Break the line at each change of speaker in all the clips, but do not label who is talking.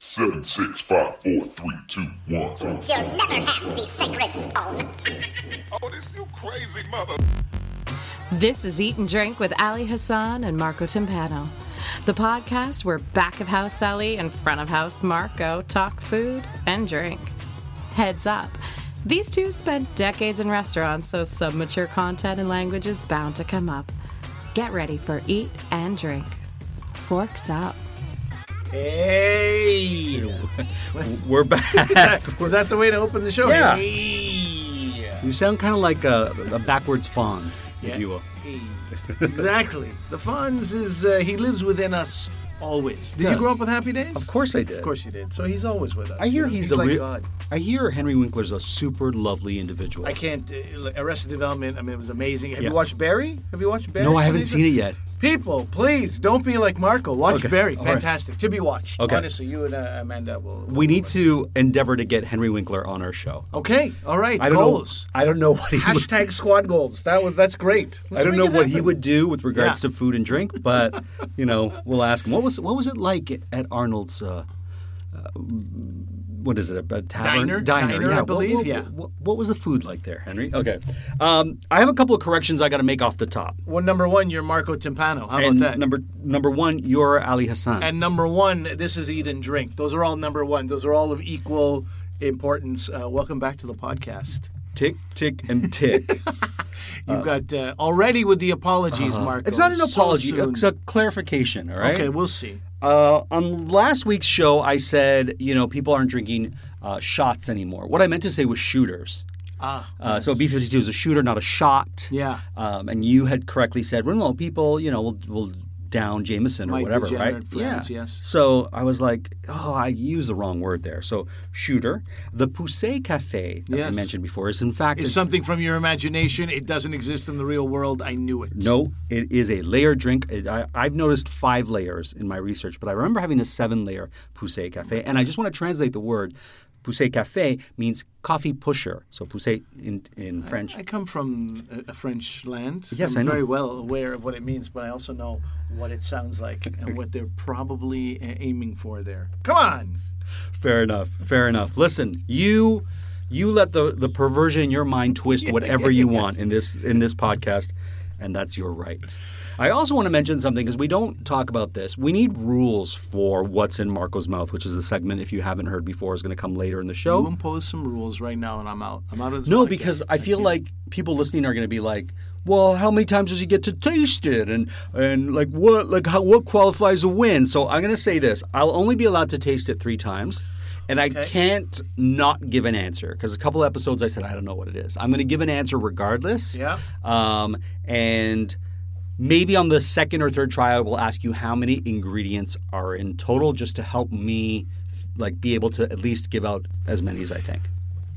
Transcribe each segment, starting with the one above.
Seven, six, five, four, three, two, one.
You'll never have the sacred stone.
Oh, this you crazy mother.
This is Eat and Drink with Ali Hassan and Marco Timpano, the podcast where back of house Ali and front of house Marco talk food and drink. Heads up, these two spent decades in restaurants, so some mature content and language is bound to come up. Get ready for Eat and Drink. Forks up.
Hey!
We're back.
Was that the way to open the show?
Yeah.
Hey!
you sound kind of like a, a backwards Fonz, if you will.
Hey. exactly. The Fonz is, uh, he lives within us always. Did you
Yes.
grow up with Happy Days?
Of course I did.
Of course you did. So he's always with us.
I
You
hear
know,
he's, a
like
real.
God.
I hear Henry Winkler's a super lovely individual.
I can't. Uh, like, Arrested Development, I mean, it was amazing. Have
Yeah.
you watched Barry? Have you watched Barry?
no, I haven't seen it yet.
People, please don't be like Marco. Watch
Okay.
Barry.
All right.
Fantastic. To be watched.
Okay.
Honestly, you and uh, Amanda will.
We need to endeavor to get Henry Winkler on our show.
Okay. All right.
I don't
goals.
know. I don't know what he. Would,
Hashtag squad goals. That was. That's great.
I
Let's
don't
make
know
it
what he
happen.
would do with regards
Yeah.
to food and drink, but you know, we'll ask him. What was what was it like at Arnold's? Uh, uh, what is it? A, a tavern?
Diner? Diner,
yeah.
I
What-
believe,
What,
yeah.
What, what was the food like there, Henry? Okay. Um, I have a couple of corrections I got to make off the top.
Well, number one, you're Marco Timpano. How
and
about that?
number number one, you're Ali Hassan.
and number one, this is Eat and Drink. Those are all number one. Those are all of equal importance. Uh, welcome back to the podcast.
tick, tick, and tick.
You've got uh, already with the apologies, Marco.
uh-huh. it's not an
So
apology;
soon.
it's a clarification. All right.
Okay, we'll see.
Uh, on last week's show, I said you know people aren't drinking uh, shots anymore. What I meant to say was shooters.
Ah,
Uh, So B fifty two is a shooter, not a shot.
Yeah.
Um, and you had correctly said, well, no, people, you know, will will down Jameson
Might
or whatever,
degenerate
right?
friends, yes.
So I was like, oh, I used the wrong word there. So shooter, the Poussey Cafe that I
Yes.
mentioned before is in fact
It's
a
something from your imagination. It doesn't exist in the real world. I knew it.
No, it is a layered drink. It, I, I've noticed five layers in my research, but I remember having a seven layer Poussey Cafe. And I just want to translate the word Poussey Cafe means coffee pusher. So Poussey in, in French.
I come from a, a French land.
Yes,
I'm
I know.
very well aware of what it means, but I also know what it sounds like and what they're probably uh, aiming for there. Come on.
fair enough. Fair enough. Listen, you. You let the, the perversion in your mind twist whatever you want in this in this podcast, and that's your right. I also want to mention something because we don't talk about this. We need rules for what's in Marco's mouth, which is the segment if you haven't heard before is going to come later in the show.
You impose some rules right now, and I'm out. I'm out of this.
No,
podcast.
because I feel like people listening are going to be like, "Well, how many times does he get to taste it?" and and like what like how what qualifies a win? So I'm going to say this: I'll only be allowed to taste it three times, and I can't not give an answer because a couple episodes I said I don't know what it is. I'm going to give an answer regardless.
Yeah.
Um, and maybe on the second or third try, I will ask you how many ingredients are in total, just to help me like be able to at least give out as many as I think.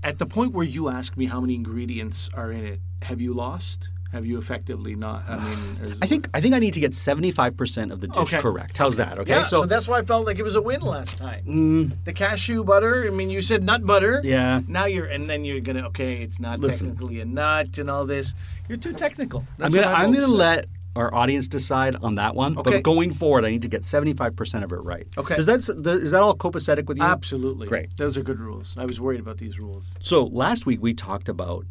at the point where you ask me how many ingredients are in it, have you lost? Have you effectively not? I mean, is-
I think I think I need to get seventy five percent of the dish
Okay.
correct. How's that? Okay,
Yeah, so, Mm. that's why I felt like it was a win last time. The cashew butter. I mean, you said nut butter.
Yeah.
Now you're, and then you're gonna. Okay, it's not
Listen.
technically a nut and all this. You're too technical.
I'm
That's
gonna
what I've
I'm gonna
always said.
let our audience decide on that one.
Okay.
But going forward, I need to get seventy five percent of it right.
Okay.
Does that is that all copacetic with you?
Absolutely.
Great.
Those are good rules. I was worried about these rules.
So last week we talked about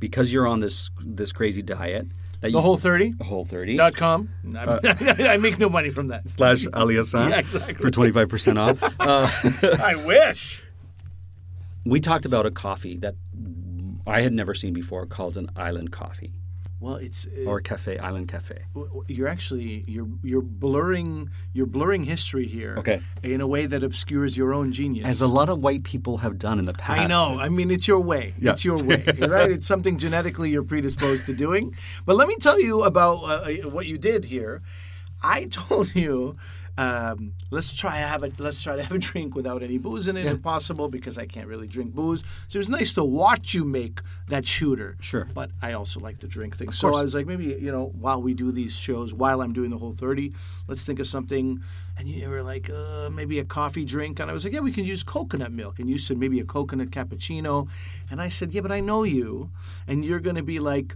because you're on this this crazy diet that
The
you
whole thirty.
whole thirty
Dot com. I'm- I make no money from that.
slash Ali Hassan
Yeah, exactly.
for twenty five percent off. Uh,
I wish.
we talked about a coffee that I had never seen before called an island coffee
Well, it's uh,
or cafe island cafe.
w- w- you're actually you're you're blurring you're blurring history here.
Okay.
In a way that obscures your own genius.
As a lot of white people have done in the past.
I know. I mean, it's your way.
Yeah.
It's your way, right? It's something genetically you're predisposed to doing. But let me tell you about uh, what you did here. I told you, um, let's try to have a let's try to have a drink without any booze in it, if possible, because I can't really drink booze. So it was nice to watch you make that shooter.
Sure.
But I also like to drink things. So I was like, maybe you know, while we do these shows, while I'm doing the whole thirty, let's think of something. And you were like, uh, maybe a coffee drink. And I was like, yeah, we can use coconut milk. And you said maybe a coconut cappuccino. And I said, yeah, but I know you, and you're going to be like,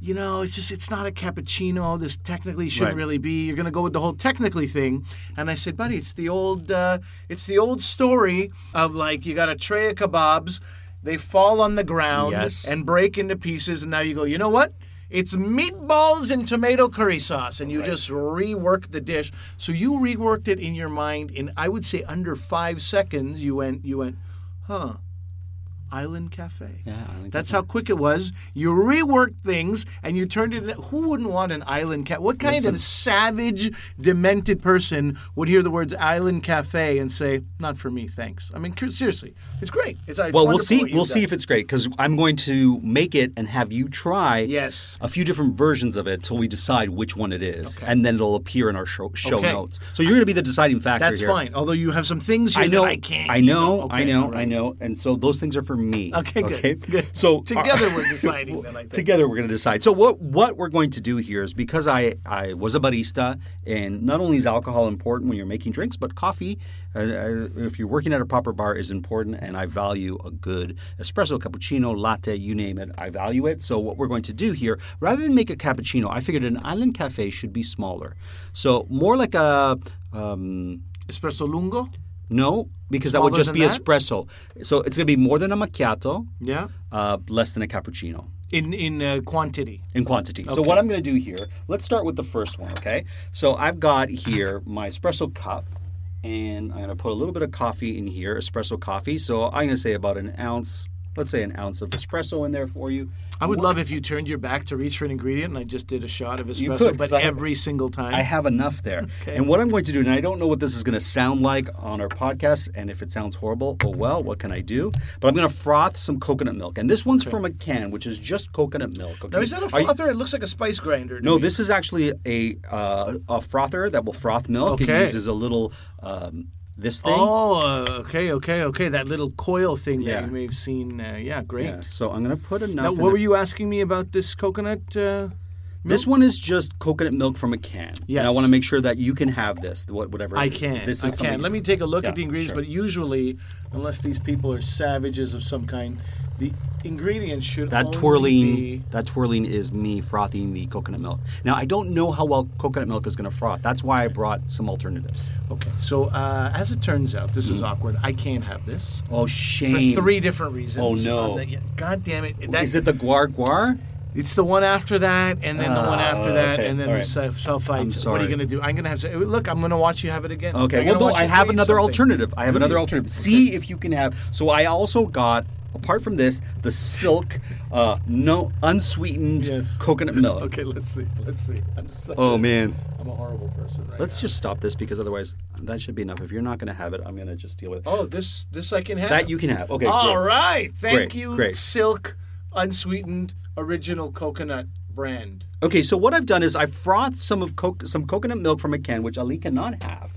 you know, it's just it's not a cappuccino. This technically shouldn't
Right.
really be. You're going to go with the whole technically thing. And I said, buddy, it's the old uh, it's the old story of like you got a tray of kebabs, they fall on the ground
Yes.
and break into pieces, and now you go, you know what? It's meatballs and tomato curry sauce, and you just rework the dish. So you reworked it in your mind in I would say under five seconds. You went, you went, huh? Island Cafe.
Yeah, Island
That's how quick it was. You reworked things and you turned it. in- Who wouldn't want an island cat? What kind of savage, demented person would hear the words "island cafe" and say, "Not for me, thanks"? I mean, cur- seriously, it's great. It's, it's
Well, we'll
wonderful
see.
what you've
We'll see
done.
if it's great because I'm going to make it and have you try
Yes.
a few different versions of it till we decide which one it is, and then it'll appear in our show, show
Okay.
notes. So you're going to be the deciding factor
That's
here.
fine. Although you have some things here
I know.
that I can't.
I
you
know. I
Okay,
know.
all
I
right.
know. And so those things are for me.
Okay, good. good.
So uh,
together we're deciding. Then I think.
Together we're going to decide. So what what we're going to do here is because I I was a barista and not only is alcohol important when you're making drinks, but coffee, uh, uh, if you're working at a proper bar, is important. And I value a good espresso, cappuccino, latte, you name it. I value it. So what we're going to do here, rather than make a cappuccino, I figured an island cafe should be smaller, so more like a. Um,
Espresso lungo.
no, because that would
Smaller
just
than
be
that?
espresso. So it's going to be more than a macchiato,
Yeah.
uh, less than a cappuccino
In in uh, quantity.
in quantity. So what I'm going to do here, let's start with the first one, okay? So I've got here my espresso cup and I'm going to put a little bit of coffee in here, espresso coffee. So I'm going to say about an ounce, let's say an ounce of espresso in there for you.
I would love if you turned your back to reach for an ingredient, and I just did a shot of espresso,
could, 'cause
but
I-
every single time.
I have enough there. And what I'm going to do, and I don't know what this is going to sound like on our podcast, and if it sounds horrible, oh well, what can I do? But I'm going to froth some coconut milk. And this one's from a can, which is just coconut milk. Okay?
Now, is that a
Are you-
frother? It looks like a spice grinder. to
no,
me.
this is actually a uh, a frother that will froth milk. It
Okay.
uses a little um, this thing.
Oh, uh, okay, okay, okay. That little coil thing
Yeah.
that you may have seen. Uh, yeah, great.
Yeah, So I'm going to put enough.
Now,
in
what
it.
were you asking me about this coconut? Uh,
This one is just coconut milk from a can.
Yes.
Yeah. And I want to make sure that you can have this. wha- Whatever.
I
it is.
can.
This is
I
something-
can. Let me take a look
Yeah,
at the ingredients,
sure.
but usually, unless these people are savages of some kind, the ingredients should
That
only
twirling,
be-
that twirling is me frothing the coconut milk. Now I don't know how well coconut milk is going to froth. That's why I brought some alternatives.
Okay. So, uh, as it turns out, this
Hmm.
is awkward. I can't have this
Oh
for
shame!
three different reasons.
Oh, no.
Um, that- yeah, God damn it! That,
Is it the guar guar?
It's the one after that, and then the one after
Ah,
that,
okay,
and then
all
the
right.
self
I'm
sulfites. What are
sorry.
you gonna do? I'm gonna have to look. I'm gonna watch you have it again.
Okay.
I'm
Well,
gonna
no,
watch
I
you
have
create
another
something.
alternative. I have another alternative. See if you can have. So I also got, apart from this, the silk, uh, no unsweetened
Yes.
coconut milk.
Okay, let's see. Let's see. I'm such
Oh
a,
man.
I'm a horrible person right
Let's just stop this because otherwise that should be enough. If you're not going to have it, I'm going to just deal with it.
now. Oh, this this I can have.
That you can have. Okay.
All
great.
right. Thank
Great,
you,
great.
Silk Unsweetened Original Coconut Brand.
Okay. So what I've done is I frothed some of co- some coconut milk from a can, which Ali cannot have.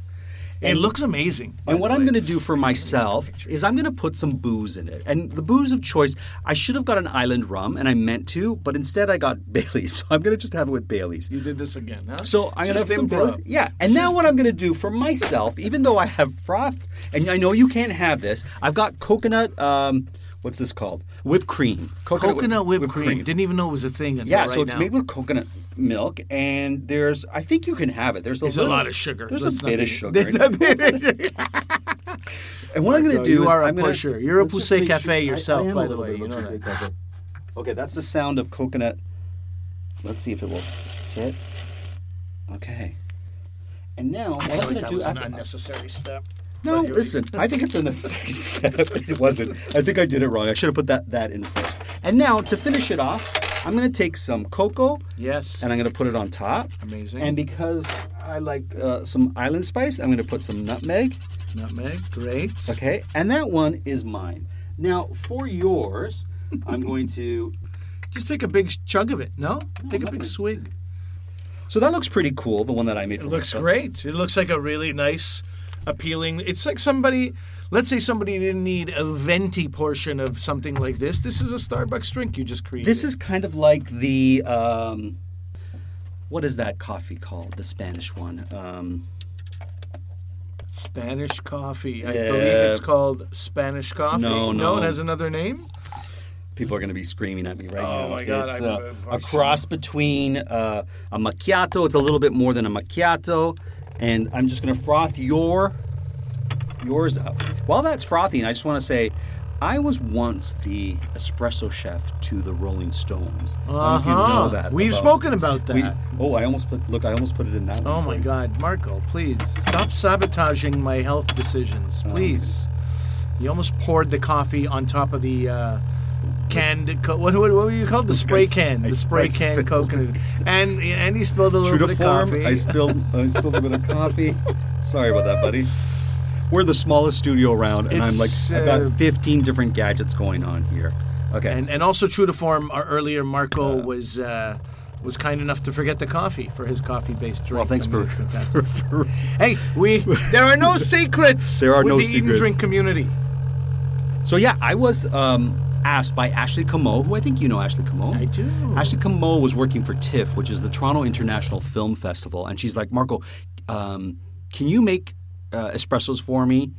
It looks amazing. by
And
the
what I'm
way.
going to do for myself is I'm going to put some booze in it. And the booze of choice, I should have got an island rum, and I meant to, but instead I got Bailey's. So I'm going to just have it with Bailey's.
You did this again, huh?
So I'm going to have
Just
some
improv.
booze. Yeah. And now what I'm going to do for myself, even though I have froth, and I know you can't have this, I've got coconut. Um, what's this called? Whipped cream.
Coconut, whipped, cream. Didn't even know it was a thing until
Yeah,
right
so it's
now.
made with coconut milk, and there's, I think you can have it. There's a,
There's a
little-
lot of sugar.
There's
Let's
a
not
bit of
be-
sugar.
There's
in
a
it.
bit of sugar.
And what I'm going to
No,
do
you
is
are a
I'm gonna-
pusher. You're a
Let's just
Poussey
make
Cafe yourself,
I am
by
a
the
little
way,
bit of
you know
Poussey
that.
Cafe. Okay, that's the sound of coconut. Let's see if it will sit. Okay. And now what
I
I'm
feel like
going to
that
do
was an
after-
unnecessary step.
no, listen. I think it's a necessary step. It wasn't. I think I did it wrong. I should have put that that in first. And now to finish it off, I'm going to take some cocoa
Yes.
and I'm going to put it on top.
Amazing.
And because I like uh, some island spice, I'm going to put some nutmeg.
Nutmeg, great.
Okay, and that one is mine. Now, for yours, I'm going to.
Just take a big chug of it. No, take a big
nothing.
swig.
So that looks pretty cool, the one that I made.
It looks great. It looks like a really nice, appealing. It's like somebody. Let's say somebody didn't need a venti portion of something like this. This is a Starbucks drink you just created.
This is kind of like the. Um, what is that coffee called? The Spanish one. Um,
Spanish coffee. I
Yeah.
believe it's called Spanish coffee.
No, no.
it has another name.
People are going to be screaming at me right now.
Oh, my God,
It's
I'm-
uh,
I'm
a cross between uh, a macchiato. It's a little bit more than a macchiato, and I'm just going to froth your yours up. While that's frothing, I just want to say. I was once the espresso chef to the Rolling Stones. I don't know if you know
Uh-huh.
that
We've
about-
spoken about that.
We- oh, I almost put. Look, I almost put it in that. one
Oh
for
my
you.
God, Marco! Please stop sabotaging my health decisions.
Oh,
Please, you almost poured the coffee on top of the uh, canned. Co- what, what, what were you called? The spray
I-
can.
I-
The spray
I
can
spilled
coconut. And and he spilled a little
True to
bit
form,
of coffee.
I spilled. I spilled a bit of coffee. Sorry about that, buddy. We're the smallest studio around, and I'm like,
It's,
I've got
uh,
15 different gadgets going on here. Okay.
and and also true to form, our earlier Marco was. Uh, was kind enough to forget the coffee for his coffee-based drink.
well, thanks
I
for,
mean, it's fantastic.
for, for-
hey, we there are no secrets.
There are
with
no
the Eat and
secrets.
drink community.
So yeah, I was um, asked by Ashley Camo, who I think you know Ashley Camo.
I do.
Ashley Camo was working for TIFF, which is the Toronto International Film Festival, and she's like, Marco, um, can you make uh, espressos for me?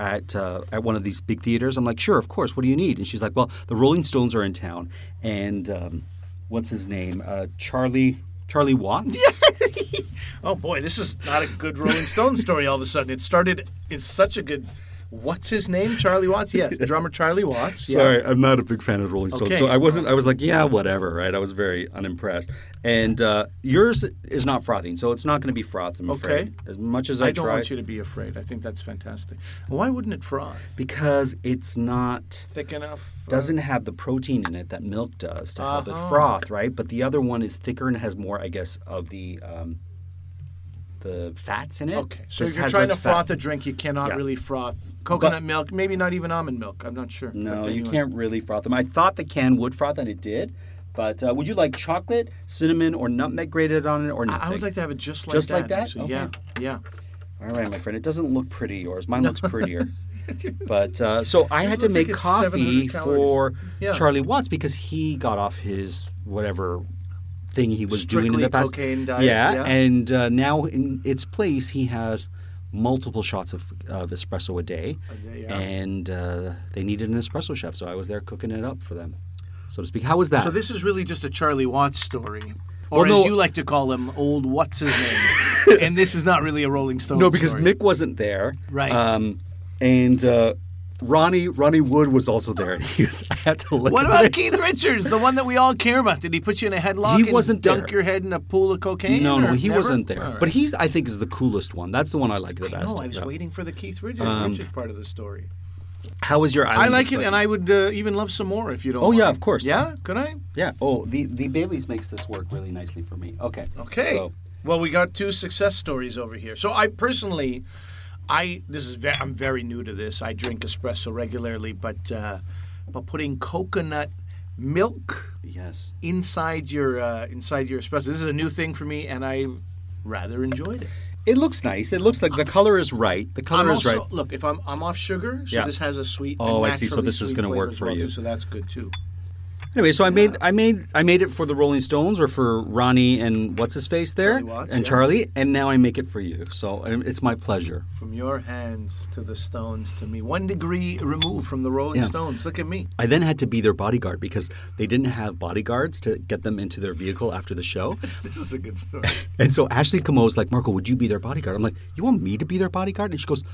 At, uh, at one of these big theaters, I'm like, sure, of course. What do you need? And she's like, well, the Rolling Stones are in town, and um, what's his name? Uh, Charlie Charlie Watts.
Oh boy, this is not a good Rolling Stone story. All of a sudden, it started. It's such a good. What's his name? Charlie Watts. Yes, drummer Charlie Watts. Yeah.
Sorry, I'm not a big fan of Rolling Stones, so
Okay.
I wasn't. I was like, yeah, whatever, right? I was very unimpressed. And uh, yours is not frothing, so it's not going to be frothed. I'm
Okay.
afraid. As much as I,
I don't
try,
want you to be afraid. I think that's fantastic. Why wouldn't it froth?
because it's not
Thick enough? uh,
doesn't have the protein in it that milk does to help
Uh-huh.
it froth, right? But the other one is thicker and has more, I guess, of the um, the fats in it.
Uh, Okay. So
This
if you're
has
trying to
less fat.
froth a drink, you cannot
Yeah.
really froth coconut milk. Maybe not even almond milk. I'm not sure.
No,
But
you
anyway.
can't really froth them. I thought the can would froth, and it did. But uh, would you like chocolate, cinnamon, or nutmeg grated on it, or nothing?
I would like to have it just like
Just
that.
like that?
actually.
Okay.
Yeah. Yeah.
All right, my friend. It doesn't look pretty yours. Mine looks prettier. but uh, so I
This
had to
looks
make
like it's
coffee
700 calories.
for
Yeah.
Charlie Watts because he got off his whatever thing he was doing in
Strictly
the past.
cocaine diet,
Yeah,
yeah.
and uh, now in its place, he has multiple shots of, of espresso a day,
day, yeah.
and uh, they needed an espresso chef, so I was there cooking it up for them, so to speak. How was that?
So this is really just a Charlie Watts story. Or
Well, no-
as you like to call him, old what's his name. and this is not really a Rolling Stone
No, because
story.
Mick wasn't there.
Right.
Um, and uh, Ronnie Ronnie Wood was also there. And he was. I had to look.
What
at
about
this.
Keith Richards, the one that we all care about? Did he put you in a headlock
He
and
wasn't
dunk
there.
your head in a pool of cocaine?
No, no,
or
he
never?
wasn't there.
All right.
But he's, I think, is the coolest one. That's the one I like the best.
no, I was
Yeah.
waiting for the Keith Richards, Richards part of the story.
How Um, was your island?
I like it,
espresso?
and I would uh, even love some more if you don't.
Oh, yeah,
mind.
of course.
Yeah, could I?
Yeah. Oh, the the Bailey's makes this work really nicely for me. Okay.
Okay.
So,
Well, we got two success stories over here. So I personally, I this is ve- I'm very new to this. I drink espresso regularly, but uh, but putting coconut milk
yes.
inside your uh, inside your espresso. This is a new thing for me, and I rather enjoyed it.
It looks nice. It looks like the color is right. The color
I'm
is
also
right.
look if I'm I'm off sugar, so
Yeah.
this has a sweet.
Oh,
a
I see. So
naturally
this is
sweet
gonna
flavor
work
as
for
well,
you.
too, so that's good too.
Anyway, so I made I made I made it for the Rolling Stones or for Ronnie and what's his face there
Charlie Watts,
and
yeah.
Charlie, and now I make it for you. So um, it's my pleasure.
From your hands to the stones to me, one degree removed from the Rolling
Yeah.
Stones. Look at me.
I then had to be their bodyguard because they didn't have bodyguards to get them into their vehicle after the show.
This is a good story.
And so Ashley Camo was like, Marco, would you be their bodyguard? I'm like, you want me to be their bodyguard? And she goes,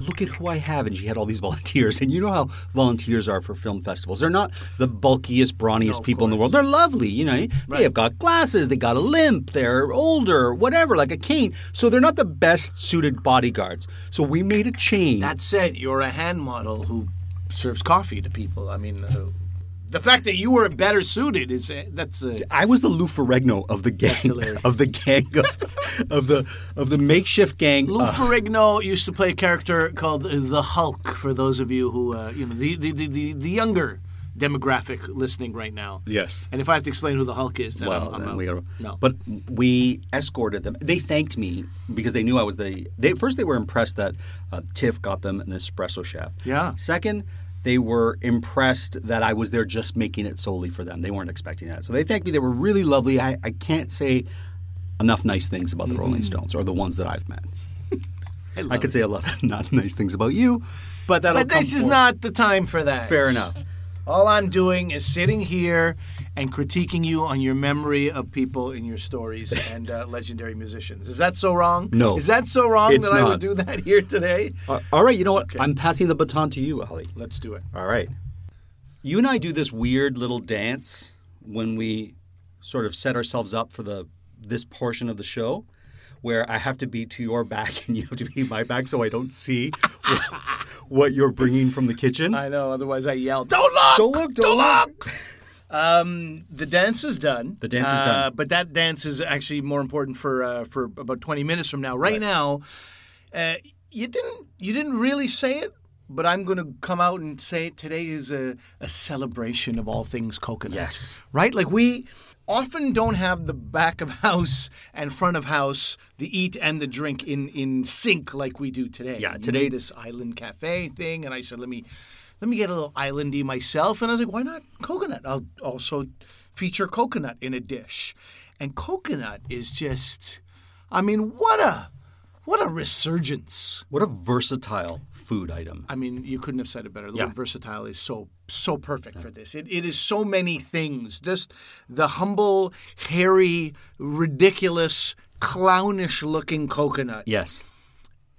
look at who I have. And she had all these volunteers. And you know how volunteers are for film festivals. They're not the bulkiest, brawniest people in the world. They're lovely, you know. They have got glasses. They got a limp. They're older, whatever, like a cane. So they're not the best suited bodyguards. So we made a change.
That said, you're a hand model who serves coffee to people. I mean, uh, the fact that you were better suited is that's uh,
I was the Lou Ferrigno of the gang
hilarious.
of the gang of, of the of the makeshift gang.
Lou
uh,
Ferrigno used to play a character called uh, the Hulk. For those of you who, uh, you know, the the, the, the the younger demographic listening right now.
Yes.
And if I have to explain who the Hulk is, then
well,
I'm, I'm
then
out.
we gotta-
no.
But we escorted them. They thanked me because they knew I was the. They first they were impressed that uh, Tiff got them an espresso chef.
Yeah.
Second, they were impressed that I was there just making it solely for them. They weren't expecting that, so they thanked me. They were really lovely. I, I can't say enough nice things about the Rolling Stones or the ones that I've met. Mm-hmm. I, could say a lot of not nice things about you, but that'll.
but this
come
is
forth.
not the time for that.
Fair enough.
All I'm doing is sitting here and critiquing you on your memory of people in your stories and uh, legendary musicians. Is that so wrong?
No.
Is that so wrong
It's
that I
not.
would do that here today?
Uh, all right, you know what? I'm passing the baton to you, Ali.
Let's do it.
All right. You and I do this weird little dance when we sort of set ourselves up for the this portion of the show where I have to be to your back and you have to be my back so I don't see what, what you're bringing from the kitchen.
I know. Otherwise, I yell, "Don't look!
Don't look, don't look.
The dance is done.
The dance is
Uh,
done.
But that dance is actually more important for uh, for about 20 minutes from now. Right, now, uh, you didn't you didn't really say it, but I'm going to come out and say it. Today is a, a celebration of all things coconut.
Yes.
Right? Like we often don't have the back of house and front of house, the eat and the drink in in sync like we do today.
Yeah,
You
today
did this island cafe thing, and I said, let me let me get a little islandy myself, and I was like, why not coconut? I'll also feature coconut in a dish, and coconut is just, I mean, what a what a resurgence.
What a versatile food item.
I mean, you couldn't have said it better. The
Yeah.
word versatile is so so perfect for this. It, it is so many things. Just the humble, hairy, ridiculous, clownish looking coconut
Yes.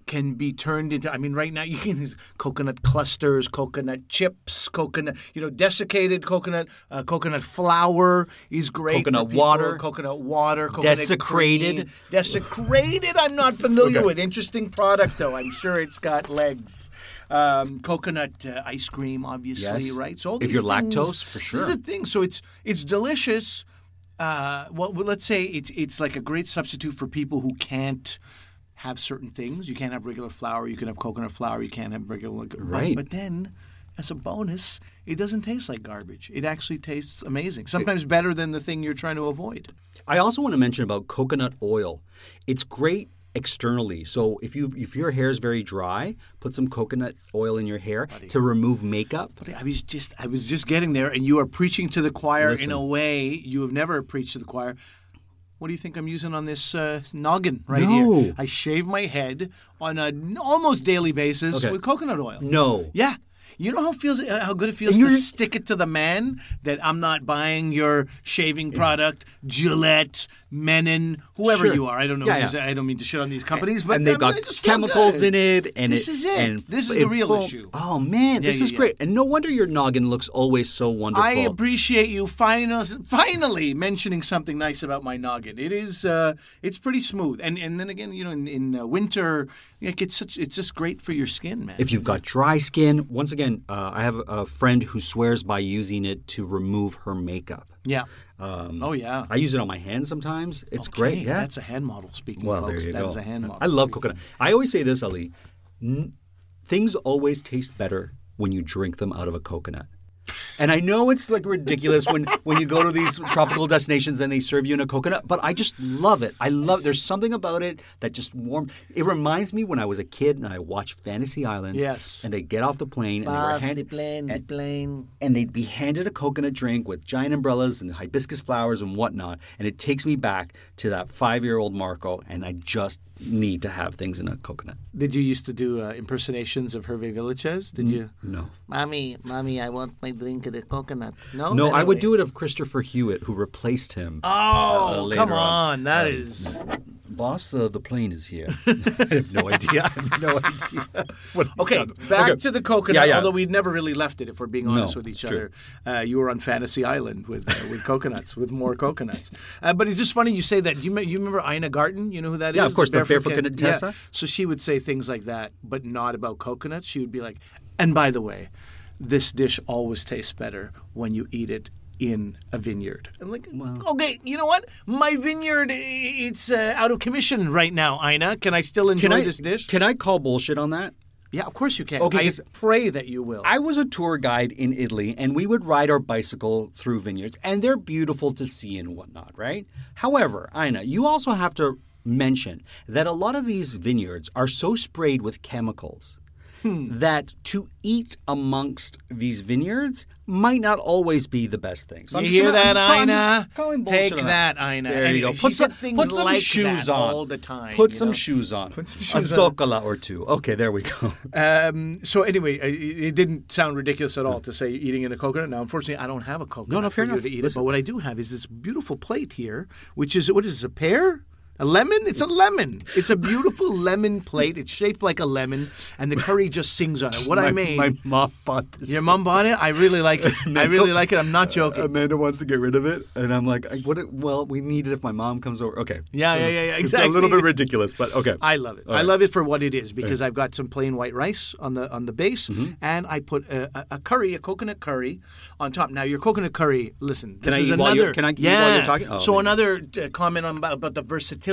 can be turned into I mean right now you can use coconut clusters, coconut chips, coconut, you know, desiccated coconut, uh, coconut flour is great. for
Coconut
people,
water.
coconut water, coconut
Desecrated.
cream. Desecrated I'm not familiar with. Interesting product though. I'm sure it's got legs. Um, coconut uh, ice cream obviously,
Yes.
right? So all
If
these
you're lactose,
things-
for
This
sure.
is the thing. So it's it's delicious uh, well, well, let's say it's it's like a great substitute for people who can't have certain things. You can't have regular flour. You can have coconut flour. You can't have regular. but-
Right.
But, then, as a bonus, it doesn't taste like garbage. It actually tastes amazing. Sometimes better than the thing you're trying to avoid.
I also want to mention about coconut oil. It's great externally. So if you if your hair is very dry, put some coconut oil in your hair to remove makeup.
I was just I was just getting there, and you are preaching to the choir in a way you have never preached to the choir. What do you think I'm using on this uh, noggin right
No.
here? I shave my head on an almost daily basis
Okay.
with coconut oil.
No.
Yeah. You know how it feels uh, how good it feels
And
to
you're-
stick it to the man that I'm not buying your shaving product, Gillette, Menon, whoever
Sure.
you are. I don't know.
Yeah,
these-
yeah.
I don't mean to shit on these companies, but
and they've
I mean,
got
they just feel
chemicals
good.
in it, and
this
it-
is it.
and
this is
it
the real
folds-
issue.
Oh man, this
yeah,
is
yeah.
great, and no wonder your noggin looks always so wonderful.
I appreciate you final, finally mentioning something nice about my noggin. It is uh, it's pretty smooth, and and then again, you know, in, in uh, winter, like it's such it's just great for your skin, man.
if you've got dry skin, once again, uh, I have a- a friend who swears by using it to remove her makeup.
yeah.
Um,
oh yeah.
I use it on my hands sometimes. It's great.
Okay,
Yeah,
That's a hand model speaking,
well,
folks.
there you
That's
go.
a hand model.
I love coconut. I always say this, Ali. N- things always taste better when you drink them out of a coconut. And I know it's like ridiculous when, when you go to these tropical destinations and they serve you in a coconut, but I just love it. I love there's something about it that just warm. It reminds me when I was a kid and I watched Fantasy Island.
Yes.
And they get off the plane and they were handed and-
plane.
and they'd be handed a coconut drink with giant umbrellas and hibiscus flowers and whatnot. And it takes me back to that five year old Marco, and I just need to have things in a coconut.
Did you used to do uh, impersonations of Hervé Villachez?
Mm-hmm.
Did you?
No.
Oh, Mommy, mommy, I want my drink of the coconut. No,
No, I would do it of Christopher Hewitt, who replaced him. uh,
Oh,
later
come
on. Uh,
on! That is.
Boss, the, the plane is here. I have no idea. I have no idea. what it
Okay,
sounded-
back
Okay.
to the coconut.
Yeah, yeah.
Although we'd never really left it, if we're being honest with
it's
each
true.
other. Uh, you were on Fantasy Island with uh, with coconuts, with more coconuts. Uh, but it's just funny you say that. Do You me- you remember Ina Garten? You know who that is?
Yeah, of course, the barefoot
kid.
contessa.
Yeah. So she would say things like that, but not about coconuts. She would be like, "And by the way, this dish always tastes better when you eat it." In a vineyard, I'm like, okay, you know what? My vineyard, i- it's uh, out of commission right now. Ina, can I still enjoy
Can I,
this dish?
can I call bullshit on that?
Yeah, of course you can.
Okay,
I
'cause-
pray that you will.
I was a tour guide in Italy, and we would ride our bicycle through vineyards, and they're beautiful to see and whatnot, right? However, Ina, you also have to mention that a lot of these vineyards are so sprayed with chemicals
Hmm.
that to eat amongst these vineyards might not always be the best thing. So I'm
you
just
hear
gonna-
that,
I'm just- I'm just
Ina?
calling bullshit
Take
on
that, Ina.
There you
Anyway,
go.
she
Put some,
said things
put some
like that
shoes on
all the time,
Put
you
some
know?
shoes on.
Put some
a
shoes on.
zoccola or two. Okay, there we go.
So anyway, uh, it it didn't sound ridiculous at all to say eating in a coconut. Now, unfortunately, I don't have a coconut
no,
for
fair
you
enough.
to eat it.
Listen.
But what I do have is this beautiful plate here, which is what is this? A pear? A lemon? It's a lemon. It's a beautiful lemon plate. It's shaped like a lemon, and the curry just sings on it. What I
my,
made.
my mom bought this.
your mom bought it. I really like it. I really like it. I'm not joking.
Amanda wants to get rid of it, and I'm like, I- what? Well, we need it if my mom comes over. Okay.
Yeah, yeah, yeah, yeah,
It's a little
exactly.
bit ridiculous, but okay.
I love it. I love it for what it is because I've got some plain white rice on the on the base,
Mm-hmm.
and I put a, a, a curry, a coconut curry, on top. Now your coconut curry. Listen, this
I
is
eat
another.
while you're- can I eat
yeah.
while you're talking? Oh,
so
man.
another uh, comment on, about, about the versatility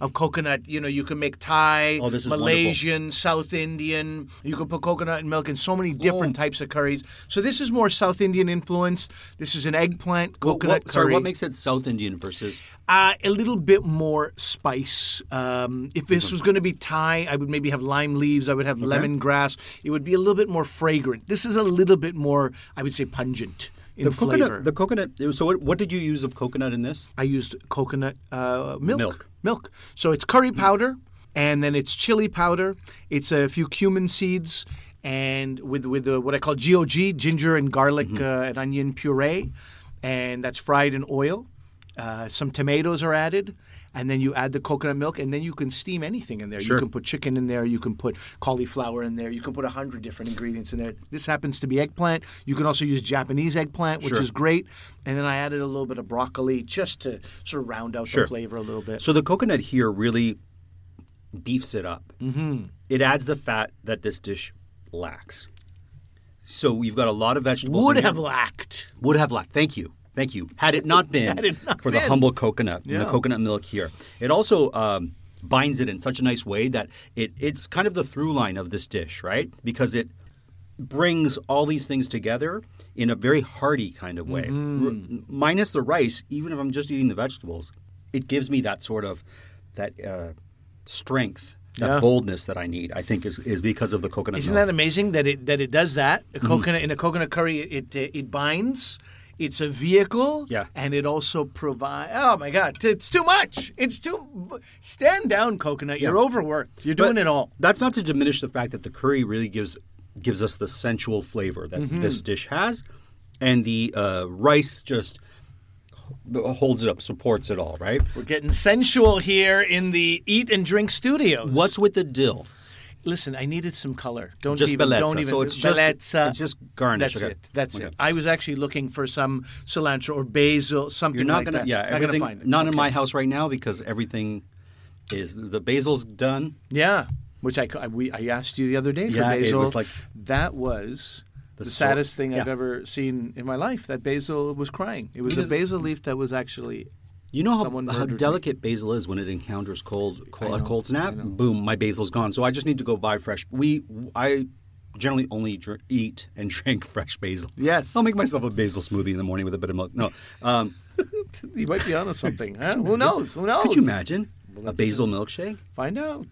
of coconut. You know, you can make Thai,
Oh, this is wonderful.
Malaysian, South Indian. You can put coconut and milk in so many different
Oh.
types of curries. So this is more South Indian influence. This is an eggplant
What-
coconut
what,
curry
sorry, what makes it South Indian versus?
uh, a little bit more spice. Um, if
Mm-hmm.
this was going to be Thai, I would maybe have lime leaves. I would have lemongrass. It would be a little bit more fragrant. This is a little bit more, I would say, pungent in
The
flavor.
coconut. The coconut. it was- So, what, what did you use of coconut in this?
I used coconut uh, milk.
Milk.
Milk. So it's curry powder, and then it's chili powder. It's a few cumin seeds, and with with uh what I call GOG, ginger and garlic uh, and onion puree, and that's fried in oil. Uh, some tomatoes are added, and then you add the coconut milk, and then you can steam anything in there. You can put chicken in there, you can put cauliflower in there, you can put a hundred different ingredients in there. This happens to be eggplant. You can also use Japanese eggplant, which is great. And then I added a little bit of broccoli just to sort of round out the flavor a little bit.
So the coconut here really beefs it up. Mm-hmm. It adds the fat that this dish lacks. So you've got a lot of vegetables.
would
in here.
have lacked.
would have lacked. Thank you. Thank you. Had it not been
it not
for the
been.
humble coconut and the
Yeah.
coconut milk here, it also um, binds it in such a nice way that it it's kind of the through line of this dish, right? Because it brings all these things together in a very hearty kind of way.
Mm-hmm.
R- minus the rice, even if I'm just eating the vegetables, it gives me that sort of that uh, strength, that boldness that I need. I think is is because of the coconut
Isn't
milk.
that amazing that it that it does that?
Mm-hmm.
A coconut in a coconut curry, it it, it binds. It's a vehicle,
Yeah.
and it also provides. Oh my God, it's too much! It's too. Stand down, coconut. You're overworked. You're doing
But
it all.
That's not to diminish the fact that the curry really gives gives us the sensual flavor that
Mm-hmm.
this dish has, and the uh, rice just h- holds it up, supports it all. Right?
We're getting sensual here in the Eat and Drink Studios.
What's with the dill?
Listen, I needed some color. Don't
Just
even.
bellezza.
Don't even.
So it's just-
bellezza.
it's just garnish.
That's
Okay.
it. That's
Okay.
it. I was actually looking for some cilantro or basil, something
You're not
like
gonna.
that.
Yeah,
not gonna
everything.
find it.
Not in my house right now because everything is the basil's done.
Yeah, which I, I- we, I asked you the other day for
Yeah, it
basil.
was like-
that was the,
sor-
saddest thing I've
yeah.
ever seen in my life. That basil was crying. It was a basil leaf that was actually.
You know
Someone
how, how
murdered me.
delicate basil is when it encounters cold, cold a cold snap. Boom, my basil's gone. So I just need to go buy fresh. We I generally only dr- eat and drink fresh basil.
Yes.
I'll make myself a basil smoothie in the morning with a bit of milk. No, um,
You might be onto something. Huh? Who knows? Who knows?
could you imagine a basil milkshake?
Find out.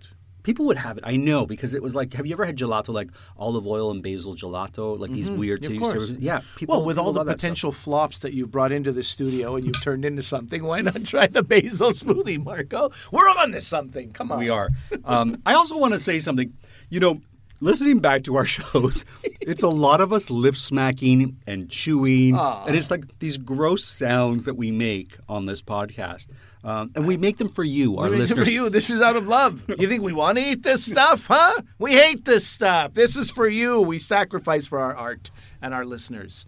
People would have it. I know because it was like, have you ever had gelato like olive oil and basil gelato? Like these weird,
Mm-hmm. Of
two-
course.
yeah. People
well, with all
people
the
love that stuff.
potential flops that you've brought into the studio and you've turned into something, why not try the basil smoothie, Marco? We're on to something. Come on.
We are. Um, I also want to say something. You know, listening back to our shows, it's a lot of us lip smacking and chewing, and it's like these gross sounds that we make on this podcast, um, and we make them for you, our
I mean,
listeners.
for you, this is out of love. You think we want to eat this stuff, huh? We hate this stuff. This is for you. We sacrifice for our art and our listeners.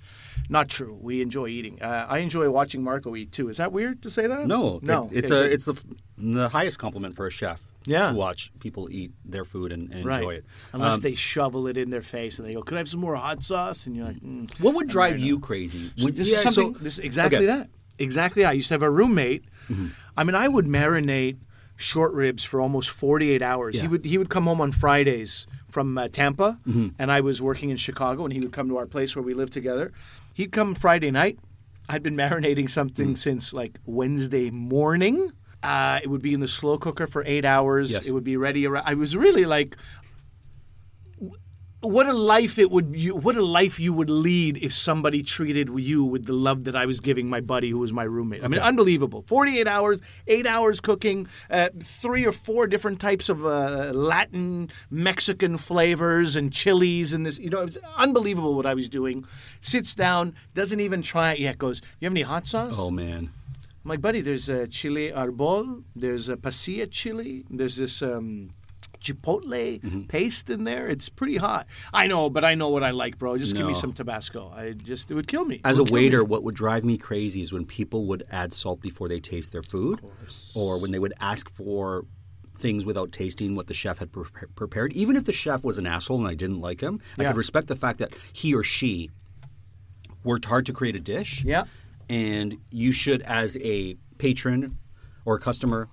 Not true. We enjoy eating. Uh, I enjoy watching Marco eat too. Is that weird to say that?
No, it-
no.
it's
Okay,
a
good.
it's the, f- the highest compliment for a chef.
Yeah.
to watch people eat their food and, and
right.
enjoy it.
Unless
Um,
they shovel it in their face and they go, "Could I have some more hot sauce?" And you're like, mm.
what would drive you crazy? Would-
This
yeah,
is
so-
something. this is exactly
Okay.
that. Exactly. that. I used to have a roommate. I mean, I would marinate short ribs for almost 48 hours. He would he would come home on Fridays from uh, Tampa, and I was working in Chicago, and he would come to our place where we lived together. He'd come Friday night. I'd been marinating something since like Wednesday morning. Uh, it would be in the slow cooker for eight hours.
Yes.
It would be ready. Around, I was really like what a life it would you, what a life you would lead if somebody treated you with the love that I was giving my buddy who was my roommate. I mean, unbelievable. Forty eight hours, eight hours cooking, uh, three or four different types of uh, Latin, Mexican flavors and chilies and this. You know, it was unbelievable what I was doing. Sits down, doesn't even try it yet. Goes, you have any hot sauce?
Oh man.
My buddy, there's a chili arbol, there's a pasilla chili, there's this um, chipotle
Mm-hmm.
paste in there. It's pretty hot. I know, but I know what I like, bro. Just give me
No.
some Tabasco. I just it would kill me.
As
It
a
would kill me.
waiter, what would drive me crazy is when people would add salt before they taste their food, or when they would ask for things without tasting what the chef had pre- prepared. Even if the chef was an asshole and I didn't like him, I
Yeah.
could respect the fact that he or she worked hard to create a dish.
Yeah.
And you should, as a patron or customer,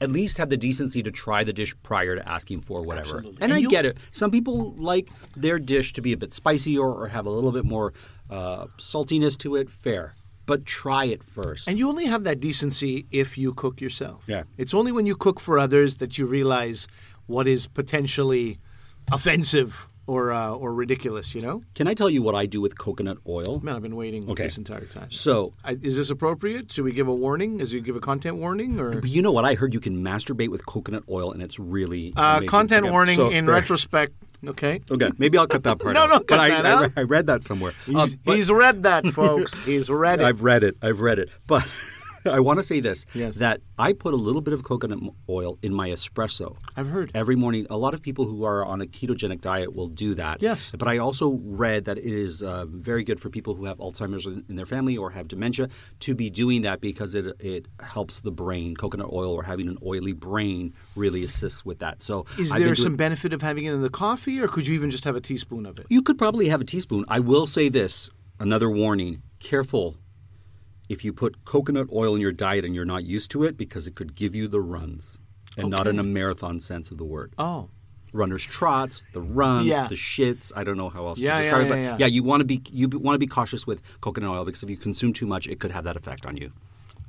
at least have the decency to try the dish prior to asking for whatever. And,
And
I
you-
get it. Some people like their dish to be a bit spicier or have a little bit more uh, saltiness to it. Fair. But try it first.
And you only have that decency if you cook yourself.
Yeah.
It's only when you cook for others that you realize what is potentially offensive or uh, or ridiculous. You know,
Can I tell you what I do with coconut oil?
man, I've been waiting
Okay.
this entire time.
So,
I, is this appropriate? Should we give a warning? Is we give a content warning or?
you know what? I heard you can masturbate with coconut oil, and it's really
Uh,
amazing.
content
Okay,
warning
so
in
there-
retrospect. Okay.
Okay, maybe I'll cut that part.
No,
out.
no, cut
But I,
that
I,
out.
re- I read that somewhere. Um,
He's,
but-
Uh, he's read that, folks. He's read it.
I've read it. I've read it. But I want to say this:
Yes.
that I put a little bit of coconut m- oil in my espresso.
I've heard.
every morning. A lot of people who are on a ketogenic diet will do that.
Yes.
But I also read that it is uh, very good for people who have Alzheimer's in in their family or have dementia to be doing that because it it helps the brain. Coconut oil or having an oily brain really assists with that. So
Is
I've been
there
doing-
some benefit of having it in the coffee, or could you even just have a teaspoon of it?
You could probably have a teaspoon. I will say this another warning careful if you put coconut oil in your diet and you're not used to it because it could give you the runs and not in a marathon sense of the word.
Oh,
Runner's trots, the runs,
Yeah.
the shits. I don't know how else
Yeah,
to
yeah,
describe
yeah,
it, but
yeah.
you want to be you want to be cautious with coconut oil because if you consume too much, it could have that effect on you.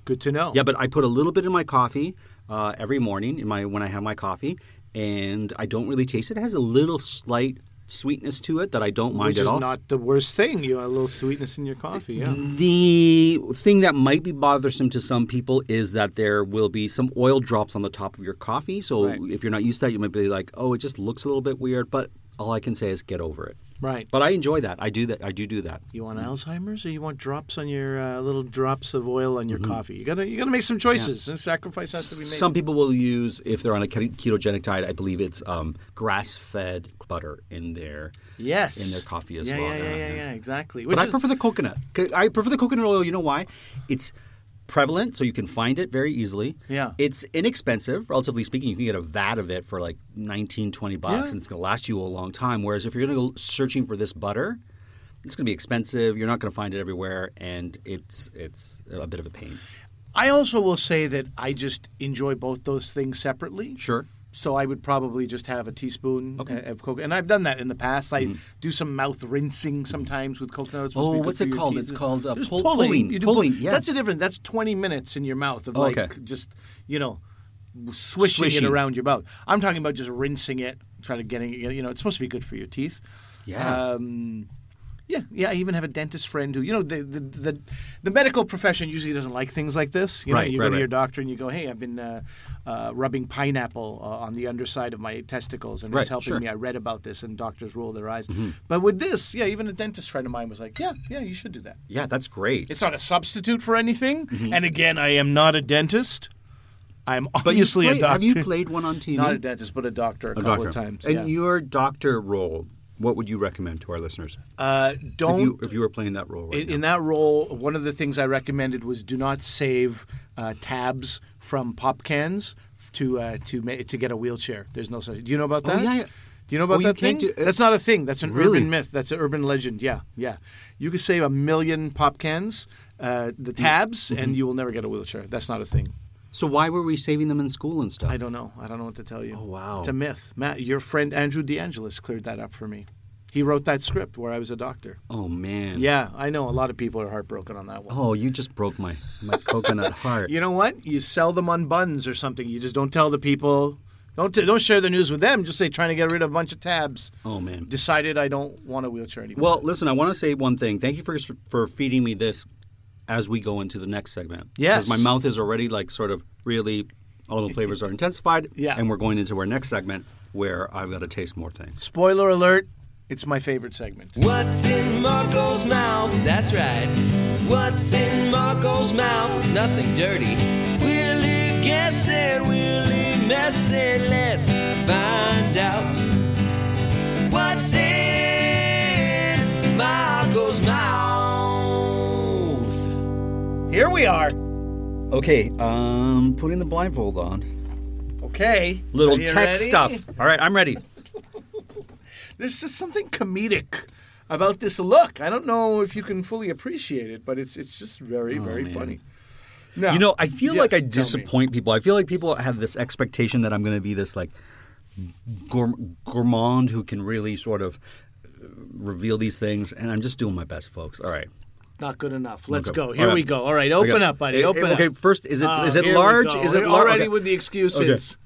good to know.
Yeah, but I put a little bit in my coffee uh, every morning in my when I have my coffee, and I don't really taste it. It has a little slight sweetness to it that I don't mind
which
at
is
all. Mm-hmm.
not the worst thing. You have a little sweetness in your coffee. Yeah.
The thing that might be bothersome to some people is that there will be some oil drops on the top of your coffee. So
Right.
if you're not used to that, you might be like, "Oh, it just looks a little bit weird." But all I can say is get over it.
Right.
But I enjoy that. I do that. I do do that.
You want Alzheimer's, or you want drops on your uh, little drops of oil on your coffee? You gotta, you gotta make some choices. And sacrifice has to be made.
Mm-hmm. Some people will use if they're on a ket- ketogenic diet. I believe it's um, grass-fed butter in there.
yes.
in their coffee as
yeah,
well.
Yeah, yeah,
Yeah,
yeah,
yeah.
yeah, exactly.
But
Which
I
is-
prefer the coconut. 'Cause I prefer the coconut oil. You know why? It's prevalent, so you can find it very easily.
Yeah.
It's inexpensive, relatively speaking. You can get a vat of it for like 19, 20 bucks,
Yeah.
and it's going to last you a long time. Whereas if you're going to go searching for this butter, it's going to be expensive. You're not going to find it everywhere, and it's it's a bit of a pain.
I also will say that I just enjoy both those things separately.
Sure.
So I would probably just have a teaspoon uh, of coconut, and I've done that in the past. I do some mouth rinsing sometimes with coconut. It's supposed to
Mm. Oh,
be good
what's
for
it
your
called?
teeth.
It's called, uh,
Just
pull-
pulling.
pulling,
You do pull-
pulling, yeah.
that's a different. That's twenty minutes in your mouth of
Oh,
like
okay.
just you know swishing,
Swishing.
it around your mouth. I'm talking about just rinsing it, trying to getting it. You know, it's supposed to be good for your teeth.
Yeah.
Um, yeah, yeah. I even have a dentist friend who, you know, the the, the, the medical profession usually doesn't like things like this. You know,
Right,
you
right,
go to
right.
your doctor and you go, "Hey, I've been uh, uh, rubbing pineapple uh, on the underside of my testicles, and
Right,
it's helping
sure. Mm-hmm.
me. I read about this, and doctors roll their eyes." But with this, yeah, even a dentist friend of mine was like, "Yeah, yeah, you should do that.
Yeah, that's great.
It's not a substitute for anything."
Mm-hmm.
And again, I am not a dentist. I'm obviously
you
a
played-
doctor.
Have you played one on TV?
not a dentist, but a doctor a,
A
couple
doctor.
of times.
And
yeah.
your doctor role, what would you recommend to our listeners?
uh, don't
if you, if you were playing that role right
in, in that role, one of the things I recommended was do not save uh, tabs from pop cans to uh, to ma- to get a wheelchair. There's no such. Do you know about
Oh,
that?
yeah, yeah.
Do you know about
Oh, you
that thing?
can't do-
That's not a thing. That's an
Really?
urban myth. That's an urban legend. Yeah, yeah. You could save a million pop cans, uh, the
Mm-hmm.
tabs, and you will never get a wheelchair. That's not a thing.
So why were we saving them in school and stuff?
I don't know. I don't know what to tell you. Oh
wow.
it's a myth. Matt, your friend Andrew DeAngelis cleared that up for me. He wrote that script where I was a doctor.
oh man.
Yeah, I know a lot of people are heartbroken on that one.
Oh, you just broke my my coconut heart.
You know what? You sell them on buns or something. You just don't tell the people. Don't t- don't share the news with them. Just say trying to get rid of a bunch of tabs.
Oh, man.
Decided I don't want a wheelchair anymore.
Well, listen, I want to say one thing. Thank you for for feeding me this as we go into the next segment.
Yes.
'Cause my mouth is already like sort of really all the flavors are intensified.
Yeah.
And we're going into our next segment where I've got to taste more things.
Spoiler alert! It's my favorite segment.
What's in Marco's mouth? That's right. What's in Marco's mouth? It's nothing dirty. We'll guessing, we'll messing. Let's find out. What's in Marco's mouth?
Here we are.
Okay, um, putting the blindfold on.
Okay.
Little
Are you
tech
ready?
stuff. All right, I'm ready.
There's just something comedic about this look. I don't know if you can fully appreciate it, but it's it's just very very
Oh, man.
funny. No.
You know, I feel like I
Yes, tell me.
disappoint people. I feel like people have this expectation that I'm going to be this like gourm- gourmand who can really sort of uh, reveal these things, and I'm just doing my best, folks. All right.
Not good enough. Let's
Okay.
go.
All
Here
right.
we go. All right,
Okay.
open up, buddy.
Eh, eh,
Open up.
okay, first, is it-
Ah,
is it
here we
large?
go.
Is it
We're
lar-
Already
okay.
with the excuses.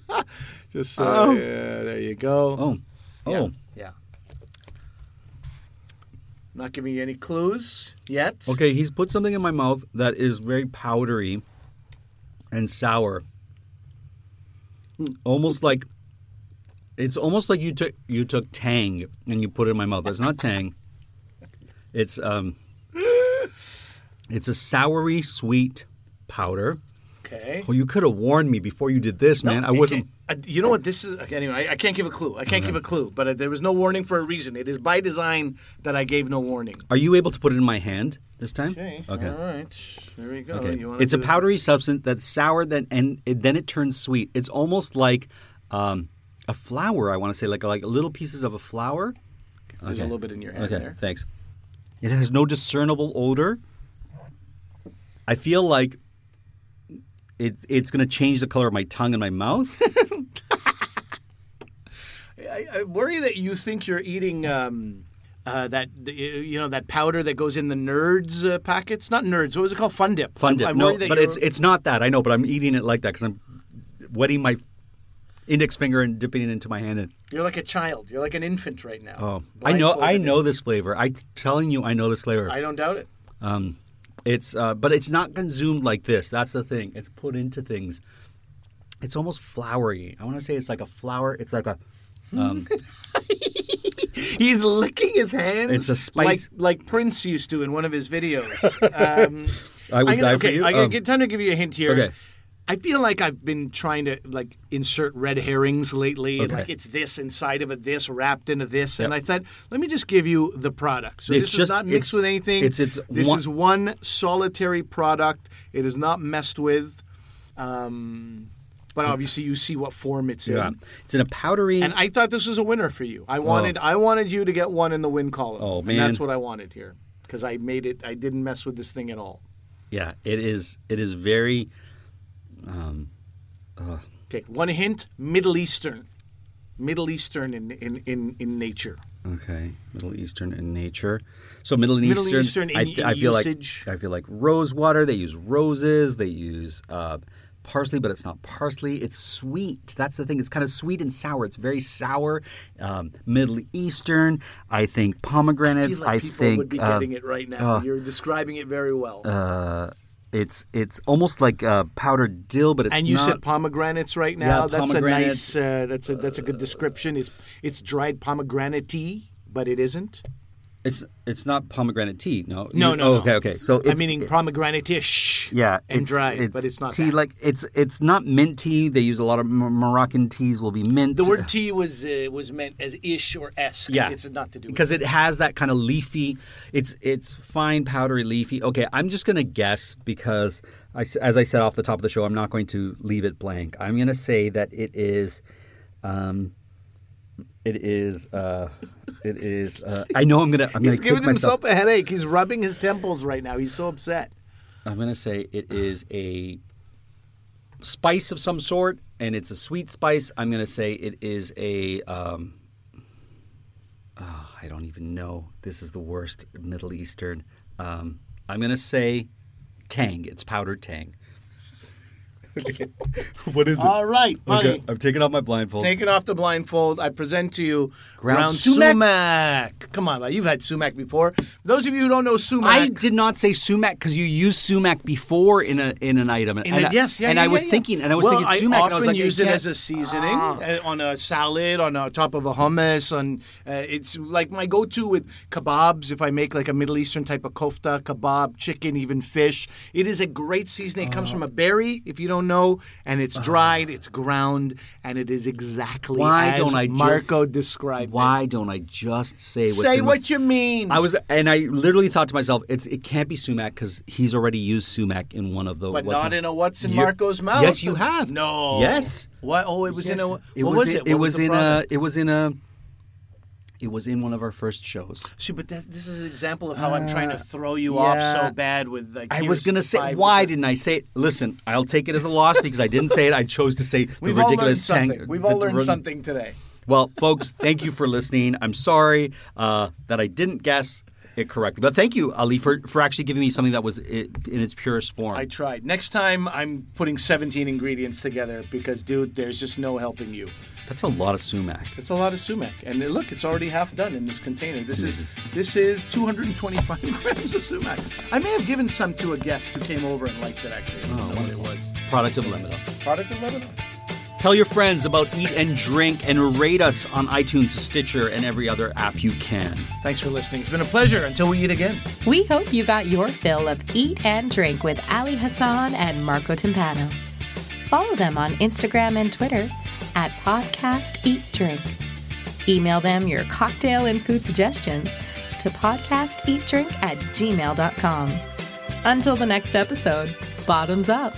Just uh, yeah, there you go.
Um, Oh, oh,
Yeah. yeah. Not giving you any clues yet.
okay. He's put something in my mouth that is very powdery and sour, almost like it's almost like you took you took Tang and you put it in my mouth. It's not Tang. It's um, it's a soury sweet powder.
Okay.
Well, you could have warned me before you did this, man. I
It
wasn't.
can't- uh, you know what? This is okay, anyway. I, I can't give a clue. I can't give a clue. But uh, there was no warning for a reason. It is by design that I gave no warning.
Are you able to put it in my hand this time? Okay.
All right. There we go.
Okay.
Oh, You wanna
It's a
do-
powdery substance that's sour, then and it, then it turns sweet. It's almost like um, a flower. I want to say like like little pieces of a flower.
There's a little bit in your hand
Okay,
there.
thanks. It has no discernible odor. I feel like it it's going to change the color of my tongue and my mouth.
I, I worry that you think you're eating um, uh, that you know that powder that goes in the nerds uh, packets. Not nerds. What was it called? Fun dip.
Fun
I'm-
dip.
I'm
No,
worried that
but
you're-
it's it's not that. I know, but I'm eating it like that because I'm wetting my index finger and dipping it into my hand and
You're like a child. You're like an infant right now.
Oh, I know, I
Blindfolded.
know this flavor. I'm telling you, I know this flavor.
I don't doubt it.
um, it's, uh, but it's not consumed like this. That's the thing. It's put into things. It's almost flowery. I want to say it's like a flower. It's like a. Um,
He's licking his hands.
It's a spice-
like, like Prince used to in one of his videos. um,
I would
I'm gonna-
die
okay,
for you.
I gotta
Um,
get time to give you a hint here.
okay.
I feel like I've been trying to like insert red herrings lately, and
Okay.
like it's this inside of a this wrapped into this, and I thought, let me just give you the product. So
It's
this is
just-
not mixed
it's-
with anything.
it's- it's
this
one-
is one solitary product. It is not messed with, um, but obviously you see what form it's
Mm. yeah.
in.
It's in a powdery.
And I thought this was a winner for you. I wanted I wanted you to get one in the win column.
Oh,
And that's
man.
what I wanted here because I made it. I didn't mess with this thing at all.
yeah, it is. It is very.
Okay, one hint: Middle Eastern, Middle Eastern in in in, in nature.
Okay, Middle Eastern in nature. So Middle Eastern,
Middle Eastern in-
I, th-
in
I feel
usage.
like I feel like rose water. They use roses. They use uh, parsley, but it's not parsley. It's sweet. That's the thing. It's kind of sweet and sour. It's very sour. Um, Middle Eastern. I think pomegranates. I,
I feel like people
think
would be
uh,
getting it right now. You're describing it very well.
it's it's almost like uh, powdered dill, but it's
and you
not.
said pomegranates right now. that's a
pomegranate.
nice. Uh, that's a that's a good description. It's it's dried pomegranate tea, but it isn't.
it's it's not pomegranate tea. No,
No,
You-
no, no.
oh, Okay, okay. So
I'm
it's,
meaning pomegranate-ish.
Yeah,
and dried, but it's not
tea.
that.
Like it's it's not mint tea. They use a lot of M- Moroccan teas. Will be mint.
The word tea was uh, was meant as ish or esque.
yeah,
it's not to do with
because it has that kind of leafy. It's it's fine powdery leafy. Okay, I'm just gonna guess because I s as I said off the top of the show, I'm not going to leave it blank. I'm gonna say that it is, um, it is uh, it is. Uh, I know I'm gonna I'm
He's
gonna kick
giving
myself.
himself a headache. He's rubbing his temples right now. He's so upset.
I'm gonna say it is a spice of some sort, and it's a sweet spice. I'm gonna say it is a. Um, ah, I don't even know. This is the worst Middle Eastern. Um, I'm gonna say tang. It's powdered tang. What is it?
All right, buddy.
Okay, I'm taking off my blindfold.
Taking off the blindfold, I present to you
Ground
ground,
sumac.
sumac. Come on, buddy. You've had sumac before. For those of you who don't know sumac,
I did not say sumac because you used sumac before in a in an item.
in
and
a-
I-
yes, yeah,
and
yeah,
I
yeah,
was
yeah.
thinking, and I was
well,
thinking sumac,
I
and I was
often
like, I
use it
can't- Ah.
as a seasoning uh, on a salad, on a, top of a hummus. On uh, it's like my go-to with kebabs. If I make like a Middle Eastern type of kofta, kebab, chicken, even fish, it is a great seasoning. It comes from a berry, if you don't know, and it's
Ah.
dried, it's ground, and it is exactly
Why
as
don't I just-
Marco described. it.
Why don't I just say what's
Say
in
what
my,
you mean.
I was, and I literally thought to myself, it's it can't be sumac because he's already used sumac in one of the.
But
what's
not in a what's in
You-
Marco's mouth.
Yes, you have.
No.
Yes.
What? Oh, it was in
Yes.
a. What
It
was, it?
It
What
was
the
in a.
product?
It was in a. It was in one of our first shows.
See, but that, this is an example of how I'm trying to throw you off
Uh, yeah.
so bad with like.
I
here's
was gonna say,
five
why
different-
didn't I say it? Listen, I'll take it as a loss because I didn't say it. I chose to say
We've
the
all learned
ridiculous
something.
tang-
We've all
the
learned
rid-
something today.
Well, folks, thank you for listening. I'm sorry uh, that I didn't guess it correctly, but thank you, Ali, for, for actually giving me something that was i in its purest form.
I tried. Next time, I'm putting 17 ingredients together because, dude, there's just no helping you.
That's a lot of sumac.
It's a lot of sumac, and look, it's already half done in this container. This is this is 225 grams of sumac. I may have given some to a guest who came over and liked it. Actually, I don't know what it was.
Product of Lebanon.
Product of Lebanon.
Tell your friends about Eat and Drink and rate us on iTunes, Stitcher, and every other app you can.
Thanks for listening. It's been a pleasure. Until we eat again.
We hope you got your fill of Eat and Drink with Ali Hassan and Marco Timpano. Follow them on Instagram and Twitter at Podcast Eat Drink. Email them your cocktail and food suggestions to podcasteatdrink at gmail.com. Until the next episode, bottoms up.